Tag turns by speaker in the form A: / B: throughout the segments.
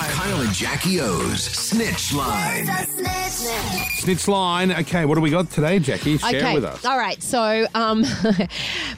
A: Kyle and Jackie O's Snitch Line.
B: Snitch line. Okay, what do we got today, Jackie? Share
C: okay.
B: with us.
C: All right. So, um,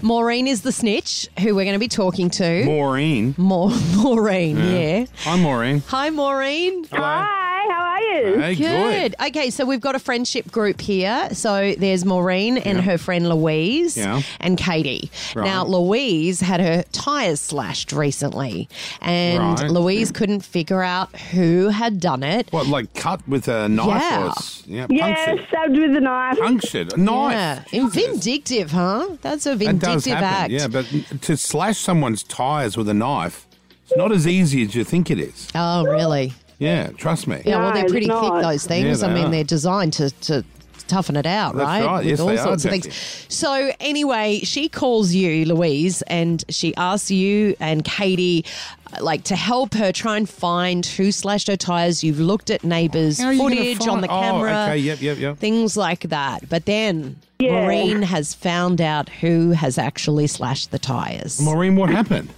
C: Maureen is the snitch who we're going to be talking to.
B: Maureen.
C: More, Maureen, yeah.
B: Hi, Maureen.
C: Hi, Maureen.
D: Hi, how are you?
B: Hey, good.
C: Okay, so we've got a friendship group here. So there's Maureen and her friend Louise
B: Yeah.
C: and Katie.
B: Right.
C: Now, Louise had her tyres slashed recently, and
B: Right.
C: Louise couldn't figure out who had done it.
B: What, like cut with a knife
C: Yeah.
B: or s- yeah,
D: Yeah,
B: punctured?
D: stabbed with a knife.
B: Punctured. A knife.
C: Yeah.
B: Jesus.
C: Vindictive, huh? That's a
B: That
C: vindictive
B: does happen.
C: act.
B: Yeah, but to slash someone's tires with a knife, it's not as easy as you think it is.
C: Oh, really?
B: Yeah, trust me.
C: Yeah,
D: No,
C: well, they're pretty
D: it's
C: thick,
D: not.
C: those things.
B: Yeah,
C: I
B: they
C: mean,
B: are.
C: they're designed to, to toughen it out,
B: That's right.
C: With
B: Yes,
C: all
B: they are,
C: sorts of
B: Jackie.
C: things. So, anyway, she calls you, Louise, and she asks you and Katie, uh, like, to help her try and find who slashed her tyres. You've looked at neighbours'
B: How are you gonna
C: footage on
B: find-
C: the
B: Oh,
C: camera.
B: okay, yep, yep, yep.
C: Things like that. But then
D: Yeah.
C: Maureen has found out who has actually slashed the tyres.
B: Maureen, what happened?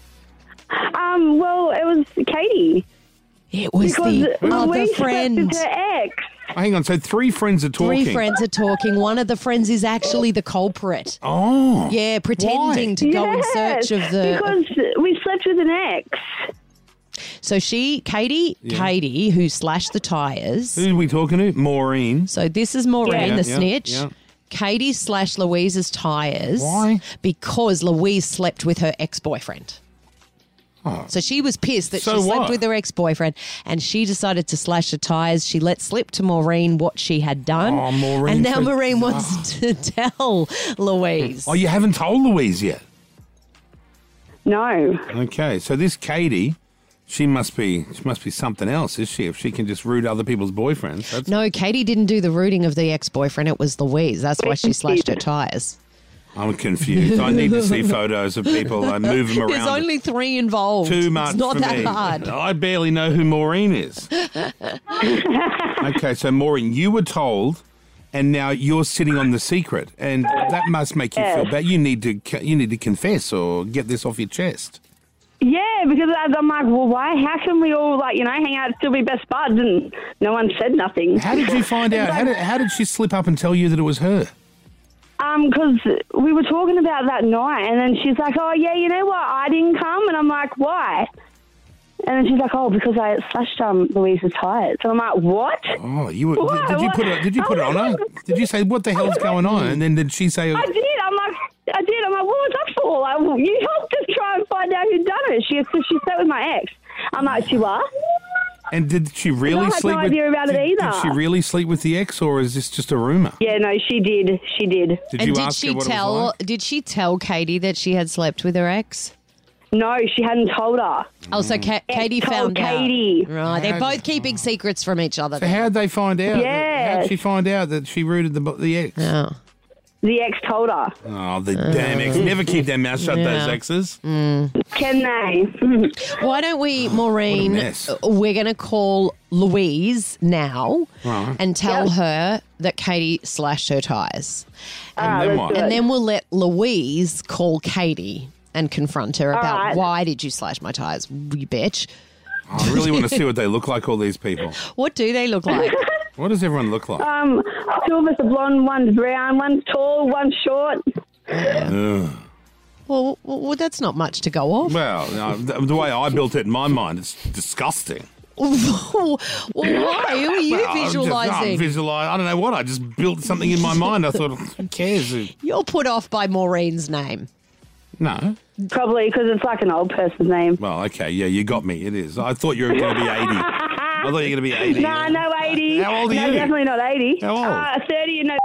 D: Um, well, it was Katie
C: it was
D: because
C: the other
D: Louise slept
C: friend.
D: with her ex.
B: Oh, hang on. So three friends are talking.
C: Three friends are talking. One of the friends is actually the culprit.
B: Oh.
C: Yeah, pretending to go in
D: Yes,
C: search of the.
D: because we slept with an ex.
C: so she, Katie, Katie, who slashed the tires.
B: Who are we talking to? Maureen.
C: So this is Maureen,
D: Yeah.
C: the
B: Yeah,
C: snitch.
B: yeah.
C: Katie slashed Louise's tires.
B: Why?
C: Because Louise slept with her ex boyfriend. So she was pissed that
B: Oh. So
C: she slept
B: what?
C: with her ex boyfriend and she decided to slash her tires. She let slip to Maureen what she had done.
B: Oh, Maureen
C: and now
B: for-
C: Maureen wants to tell Louise.
B: Oh, you haven't told Louise yet.
D: No.
B: Okay, so this Katie, she must be she must be something else, is she? If she can just root other people's boyfriends, that's
C: No, Katie didn't do the rooting of the ex boyfriend. It was Louise. That's why she slashed her tyres.
B: I'm confused. I need to see photos of people. I move them around.
C: There's only three involved.
B: too much.
C: It's not
B: for
C: that
B: me.
C: hard.
B: I barely know who Maureen is. okay, so Maureen, you were told, and now you're sitting on the secret, and that must make you feel
D: Yes.
B: bad. You need to you need to confess or get this off your chest.
D: Yeah, because I- I'm like, well, why? How can we all like, you know, hang out, still be best buds, and no one said nothing?
B: How did you find out? How did, how did she slip up and tell you that it was her?
D: Um, because we were talking about that night, and then she's like, oh yeah, you know what? I didn't come, and I'm like, why? And then she's like, oh, because I slashed um Louise's tires, and I'm like, what?
B: Oh, you were,
D: Why?
B: did you
D: Why?
B: put it? Did you put it on her? Did you say what the hell's going on? And then did she say?
D: I did. I'm like, I did. I'm like, what was that for? Like, well, you helped us try and find out who done it. She goes, 'cause she slept with my ex. I'm like, she what?
B: And did she really
D: I had no
B: sleep with?
D: idea about it
B: did, did
D: either.
B: she really sleep with the ex, or is this just a rumor?
D: Yeah, no, she did. She did.
B: Did
C: And
B: you
C: did
B: ask her
C: she
B: what it was
C: tell?
B: like?
C: Did she tell Katie that she had slept with her ex?
D: No, she hadn't told her.
C: Oh, so Ka- Katie found
D: told Katie.
C: out. Right, they're
B: How-
C: both keeping secrets from each other.
B: So how'd they find out?
D: Yeah.
B: How'd she find out that she rooted the, the ex?
C: Oh.
D: The ex told her.
B: Oh, the damn ex. Never keep their mouth shut,
C: Uh, Yeah. Mm.
B: those exes.
D: Can they?
C: Why don't we, Maureen?
B: Oh, mess.
C: uh, We're going to call Louise now
B: Right.
C: and tell
D: Yep.
C: her that Katie slashed her tires.
B: And
D: Ah, let's
B: then
D: do
B: what?
D: it.
C: And then we'll let Louise call Katie and confront her about
D: right.
C: why did you slash my tires, you bitch.
B: I really want to see what they look like, all these people.
C: What do they look like?
B: What does everyone look like?
D: um, two of us are blonde, one's brown, one's tall, one's short.
B: Ugh.
C: well, well, well, that's not much to go off.
B: Well, no, the, the way I built it in my mind, it's disgusting.
C: well, why? Who are you
B: Well, I'm just- I'm
C: visualizing?
B: visuali- I don't know what. I just built something in my mind. I thought, who cares?
C: You're put off by Maureen's name.
B: No.
D: Probably because it's like an old person's name.
B: Well, okay. Yeah, you got me. It is. I thought you were going to be 80. I thought you were going to be 80.
D: No, no, 80.
B: How old are
D: no,
B: you?
D: definitely not 80.
B: How old?
D: Uh, 30 and no.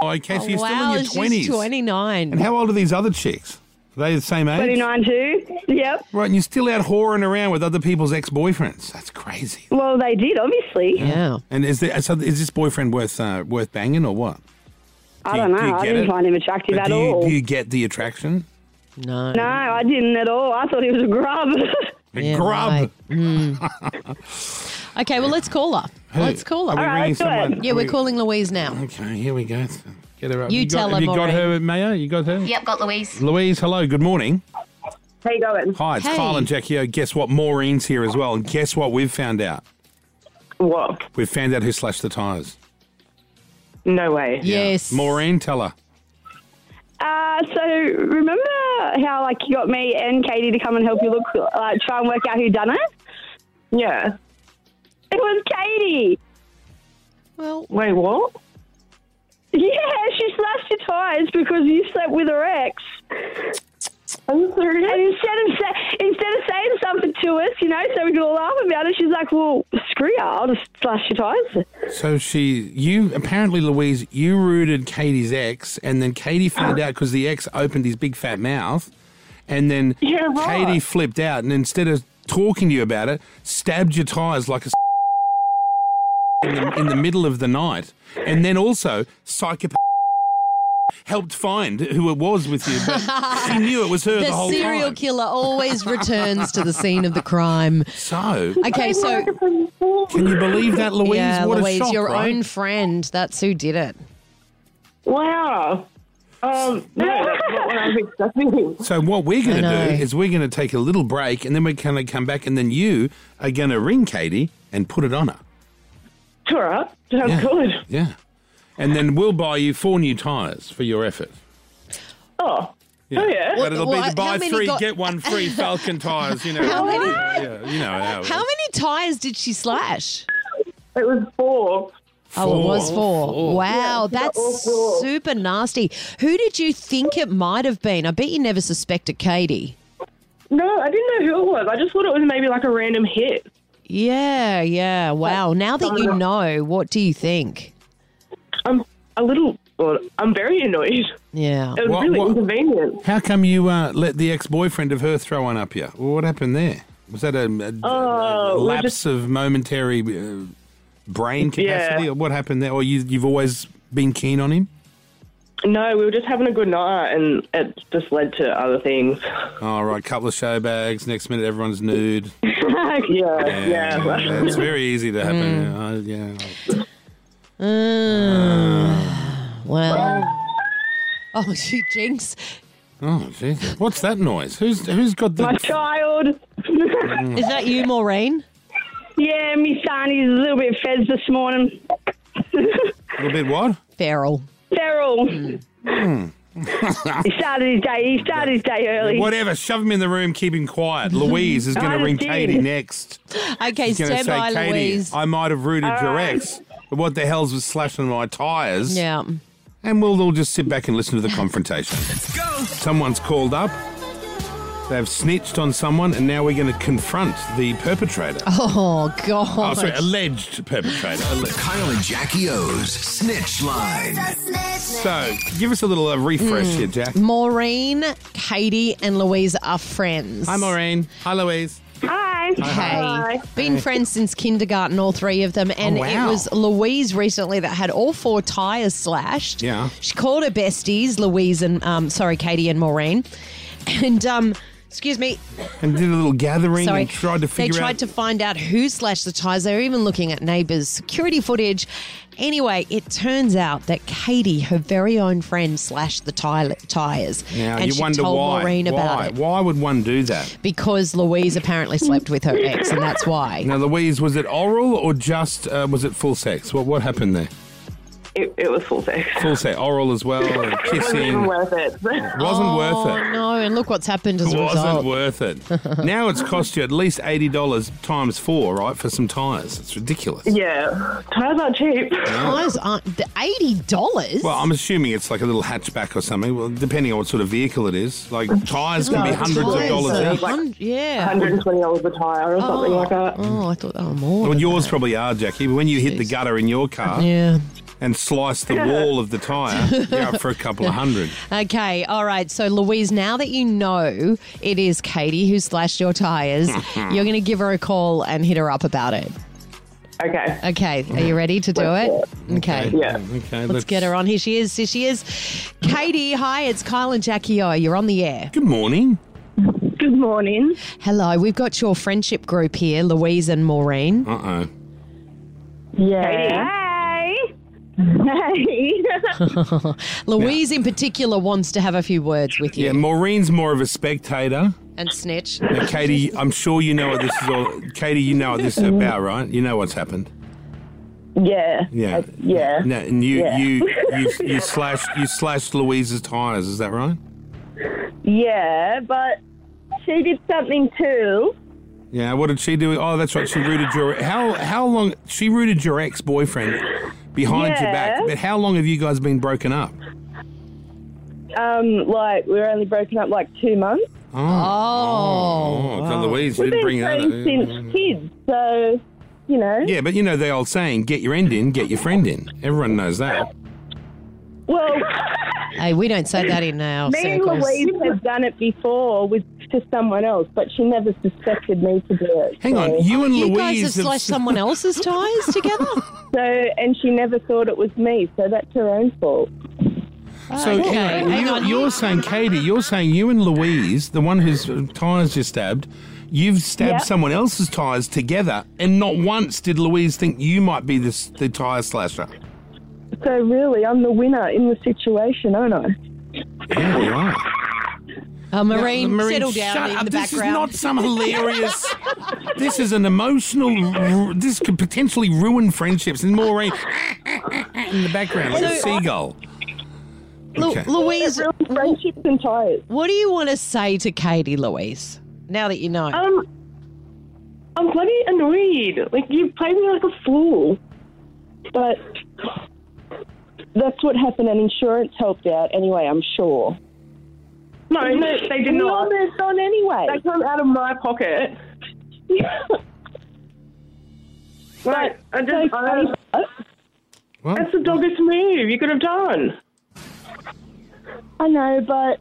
B: Oh, okay. So you're
C: wow,
B: still in your 20s.
C: she's 29.
B: And how old are these other chicks? Are they the same age?
D: 29 too. Yep.
B: Right, and you're still out whoring around with other people's ex-boyfriends. That's crazy.
D: Well, they did, obviously.
C: yeah.
B: And is there, so is this boyfriend worth uh, worth banging or what?
D: I
B: Do you-
D: don't know.
B: do you
D: I
B: get
D: didn't
B: it?
D: find him attractive
B: But
D: at
B: do you,
D: all.
B: Do you get the attraction?
C: No.
D: No, I didn't at all. I thought he was a grub.
B: A
C: Yeah,
B: grub.
C: right. Okay, well, let's call her.
B: Who?
C: Let's call her.
B: Are we
D: All right,
B: ringing
D: let's do it.
B: someone?
C: Yeah,
B: Are
C: we're
B: we-
C: calling Louise now.
B: Okay, here we go. Get her up.
C: You
B: got,
C: tell
B: Have
C: her,
B: you got
C: Maureen.
B: her, Mayo? You got her?
E: Yep, got Louise.
B: Louise, hello. Good morning.
D: How you going?
B: Hi, it's
C: Hey.
B: Kyle and Jackie O. Guess what? Maureen's here as well. And guess what we've found out?
E: What?
B: We've found out who slashed the tyres.
E: No way.
C: Yes.
B: Maureen, tell her.
D: Uh, so remember how like you got me and Katie to come and help you look, like try and work out who done it?
E: Yeah.
D: It was Katie.
C: Well,
E: Wait, what?
D: Yeah, she slashed your tires because you slept with her ex.
E: I'm
D: And
E: serious.
D: instead of sa- instead of saying something to us, you know, so we could all laugh about it, she's like, "Well, screw you, I'll just slash your tires."
B: So she, you, apparently, Louise, you rooted Katie's ex, and then Katie found out because the ex opened his big fat mouth, and then
E: Yeah, right.
B: Katie flipped out, and instead of talking to you about it, stabbed your tires like a in the, in the middle of the night, and then also psychopath helped find who it was with you. But she knew it was her the,
C: the
B: whole
C: serial
B: time.
C: killer always returns to the scene of the crime.
B: So
C: Okay, so
B: can you believe that, Louise?
C: yeah,
B: what
C: Louise,
B: a shock,
C: your
B: right?
C: own friend. That's who did it.
E: Wow. Um, no, that's not what I was expecting.
B: So what we're going
C: I
B: to
C: know.
B: do is we're going to take a little break, and then we're going to come back, and then you are going to ring Katie and put it on her.
E: It's all right. Sounds
B: Yeah.
E: Oh, good.
B: Yeah, and then we'll buy you four new tires for your effort.
E: Oh. Oh, yeah.
B: but it'll
C: well,
B: be
C: how
B: the buy
C: many
B: three
C: got-
B: get one free Falcon tires. You know,
C: How many-
B: Yeah, you know how, it
C: How
B: is.
C: many tires did she slash?
E: It was four.
C: Oh, it was
B: Four.
C: four.
B: Four.
C: Wow,
E: Yeah,
C: that's
E: all four.
C: super nasty. Who did you think it might have been? I bet you never suspected Katie.
E: No, I didn't know who it was. I just thought it was maybe like a random hit.
C: Yeah, yeah. Wow. Now that you know, what do you think?
E: I'm a little. Well, I'm very annoyed.
C: Yeah.
E: It was
B: What-
E: really
B: what-
E: inconvenient.
B: How come you uh, let the ex-boyfriend of her throw one up you? Well, what happened there? Was that a, a- a
E: Oh, we're
B: lapse
E: just-
B: of momentary uh, brain
E: Yeah.
B: capacity, or what happened there? Or you, you've always been keen on him?
E: No, we were just having a good night, and it just led to other things.
B: All right, couple of show bags. Next minute, everyone's nude.
E: Yeah, yeah. Mm.
B: Yeah, it's very easy to happen. Uh, Yeah, I- yeah.
C: Mm. Wow. Oh, she jinx.
B: Oh, geez. what's that noise? Who's who's got
D: My
B: the?
D: child.
C: Is that you, Maureen?
D: yeah, me son, he's a little bit fed this morning.
B: A little bit what?
C: Feral.
D: Feral. he started his day. He started his day early.
B: Whatever. Shove him in the room. Keep him quiet. Louise is going
D: I
B: to ring
D: did.
B: Katie next.
C: Okay,
B: She's going to
C: stand
B: say,
C: by,
B: Katie,
C: Louise.
B: I might have rooted your
D: right.
B: ex, but what the hell's with slashing my tires?
C: yeah.
B: And we'll all just sit back and listen to the confrontation.
A: Go!
B: Someone's called up. They've snitched on someone, and now we're going to confront the perpetrator.
C: Oh, God.
B: oh sorry, alleged perpetrator. Alleged.
A: Kyle and Jackie O's Snitch Line.
B: So, give us a little uh, refresh
C: Mm.
B: here, Jack.
C: Maureen, Katie, and Louise are friends.
B: Hi, Maureen. Hi, Louise.
D: Hi.
C: Okay. Been friends since kindergarten, all three of them. And
B: Oh, wow.
C: it was Louise recently that had all four tyres slashed.
B: Yeah.
C: She called her besties, Louise and, um, sorry, Katie and Maureen. And, um, excuse me,
B: And did a little gathering
C: sorry.
B: and tried to figure
C: they tried
B: out.
C: to find out who slashed the tyres. They were even looking at neighbours' security footage. Anyway, it turns out that Katie, her very own friend, slashed the ty- tyres.
B: now,
C: and
B: you
C: she
B: wonder
C: told
B: why.
C: Maureen
B: why?
C: about it.
B: Why would one do that?
C: Because Louise apparently slept with her ex, and that's why.
B: Now, Louise, was it oral or just uh, was it full sex? What what happened there?
E: It, it was full sex.
B: Full sex, oral as well, and
E: It wasn't even
B: kissing.
E: worth it.
B: Wasn't
C: oh,
B: worth it.
C: no, and look what's happened as a
B: Wasn't
C: result.
B: worth it. now it's cost you at least eighty dollars times four, right, for some tires. It's ridiculous.
E: Yeah, tires aren't cheap.
C: Guys, aren't- the eighty dollars.
B: Well, I'm assuming it's like a little hatchback or something. Well, depending on what sort of vehicle it is, like tires can be
E: No,
B: hundreds of
E: tires
B: dollars
E: are-
B: each.
E: like-
C: yeah.
E: $120 a tire or something like that.
C: Oh, I thought they were more.
B: Well,
C: than
B: yours
C: that.
B: probably are, Jackie. But when you hit the gutter in your car
C: Yeah.
B: and slice the wall of the tire, you're up for a couple of hundred.
C: Okay. All right. So, Louise, now that you know it is Katie who slashed your tires, you're going to give her a call and hit her up about it.
E: Okay.
C: Okay. Are you ready to do it? Okay.
E: Yeah.
B: Okay.
C: Let's get her on. Here she is. Here she is. Katie, hi. It's Kyle and Jackie O. You're on the air.
B: Good morning.
D: Good morning.
C: Hello. We've got your friendship group here, Louise and Maureen.
B: Uh oh.
E: Yeah.
D: Hey. Hey.
C: Louise, in particular, wants to have a few words with you.
B: Yeah, Maureen's more of a spectator,
C: and snitch.
B: Now, Katie, I'm sure you know what this is all. Katie, you know what this is about, right? You know what's happened.
E: Yeah.
B: Yeah.
E: Uh, yeah.
B: No, and you,
E: Yeah.
B: you, you, you slashed, you slashed Louise's tires. Is that right?
E: Yeah, but she did something too.
B: Yeah. What did she do? Oh, that's right. She rooted your. How how long? She rooted your ex boyfriend behind your back.
E: Yeah.
B: But how long have you guys been broken up?
E: Um, like we were only broken up like two months.
B: Oh.
C: Oh.
B: Oh, so Louise
E: We've
B: did bring
E: been
B: it
E: friends since kids, so you know.
B: Yeah, but you know the old saying: "Get your end in, get your friend in." Everyone knows that.
E: Well,
C: Hey, we don't say that in our
E: me and
C: circles.
E: Louise have done it before with to someone else, but she never suspected me to do it.
B: Hang
E: so.
B: on, you and
C: You guys
B: Louise
C: have slashed someone else's tires together? Uh,
E: So, and she never thought it was me, so that's her own fault.
B: So
C: Okay,
B: hang on,
C: hang
B: you,
C: on.
B: you're saying, Katie, you're saying you and Louise, the one whose tires you stabbed, you've stabbed
E: Yeah.
B: someone else's tires together, and not once did Louise think you might be this, the tire slasher.
E: So, really, I'm the winner in the situation, aren't I?
B: Yeah, you are.
C: Uh, Marine,
B: Marine,
C: settle down
B: shut
C: in
B: up.
C: the
B: this
C: background.
B: is not some hilarious. this is an emotional. This could potentially ruin friendships. And Maureen in the background like a
C: So-
B: seagull.
C: Lu-
B: Okay.
C: Louise,
E: Real friendships and ties.
C: what do you want to say to Katie, Louise? Now that you know.
E: Oh.
F: Um, I'm bloody annoyed. Like you played me like a fool.
E: But that's what happened, and insurance helped out anyway, I'm sure.
F: No, no, they did
E: We
F: not.
E: all moved on anyway.
F: That come out of my pocket. Like I just, I,
B: What?
F: that's the doggest move you could have done.
E: I know, but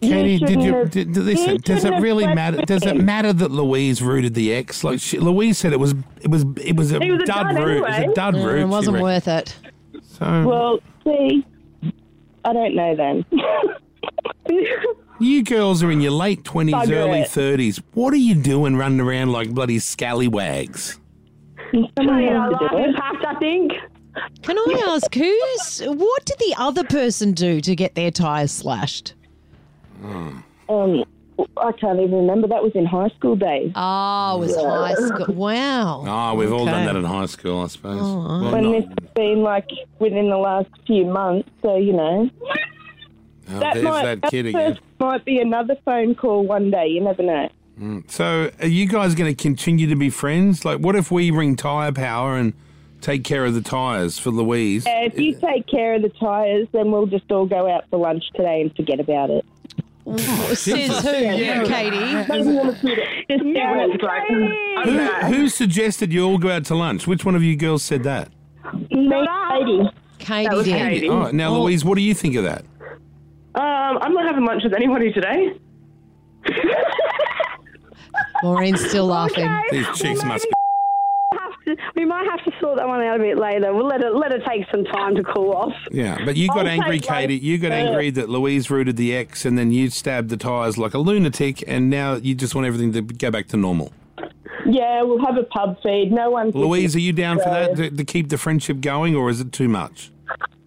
B: Katie, did
E: shouldn't
B: you
E: have-
B: did,
E: you
B: listen? Does it
E: shouldn't
B: really
E: have
B: matter?
E: said
B: Does it
E: anything.
B: matter that Louise rooted the ex? Like she, Louise said, it was it was it was a
F: It was a
B: dud
F: dud
B: root. It was a
F: anyway.
B: dud root.
C: it
B: she
C: wasn't
B: reckoned.
C: worth it.
B: So
E: well, see, I don't know then.
B: you girls are in your late twenties,
E: Bugger
B: early
E: it.
B: thirties. What are you doing, running around like bloody scallywags?
E: Someone
F: Yeah,
E: has to
F: life
E: do it.
F: impact, I think.
C: Can I ask who's what did the other person do to get their tires slashed?
E: Um, I can't even remember. That was in high school days.
C: Oh, it was high school. Wow.
B: Ah, we've all done
C: Okay. Oh,
B: that in high school, I suppose. Well,
E: And
B: not-
E: this has been like within the last few months, so you know.
B: oh,
E: That
B: there's
E: might,
B: that
E: that
B: kid again.
E: first might be another phone call one day. You never know.
B: So, are you guys going to continue to be friends? Like, what if we ring Tire Power and take care of the tires for Louise?
E: Uh, if you take care of the tyres, then we'll just all go out for lunch today and forget about it.
C: Says who? You, Katie.
E: Just down at the
B: Who, who suggested you all go out to lunch? Which one of you girls said that?
E: Katie.
C: Katie did.
F: Katie. Um,
B: Oh, now, Louise, what do you think of that?
F: I'm not having lunch with anybody today.
C: Maureen's still laughing.
B: These chicks must be.
D: Have to, we might have to sort that one out a bit later. We'll let it let it take some time to cool off.
B: Yeah, but you got
D: I'll
B: angry,
D: take uh, my-
B: Katie. You got angry that Louise rooted the ex and then you stabbed the tires like a lunatic, and now you just want everything to go back to normal.
E: Yeah, we'll have a pub feed. No one.
B: Louise, are you down for that to, to keep the friendship going, or is it too much?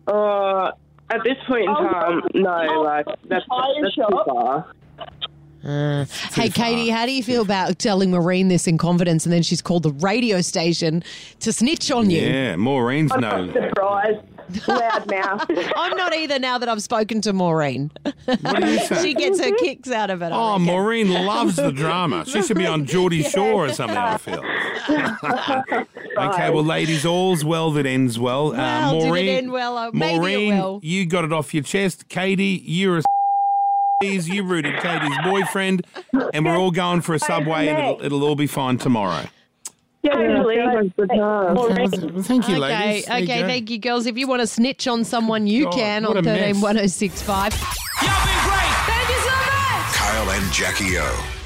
F: Uh, at this point
E: Oh,
F: in time, no, like that's, that's too far.
C: Uh, hey, Katie, how do you feel about telling Maureen this in confidence and then she's called the radio station to snitch on you?
B: Yeah, Maureen's no.
D: Surprise, loud mouth.
C: I'm not either now that I've spoken to Maureen.
B: What do you
C: she
B: say?
C: gets her kicks out of it. I
B: Oh,
C: reckon.
B: Maureen loves the drama. She should be on Geordie Shore or something, I feel. okay, well, ladies, all's well that ends well. Uh,
C: Well, did it end well? Oh, maybe it
B: Maureen,
C: will.
B: you got it off your chest. Katie, you're a you rooted Katie's boyfriend, and we're all going for a subway, and it'll, it'll all be fine tomorrow. Thank you,
C: Okay,
B: ladies. There you
C: okay,
B: go.
C: thank you, girls. If you want to snitch on someone, you
B: God,
C: can
B: what
C: on
B: a mess.
C: 131065.
A: Kyle and Jackie O.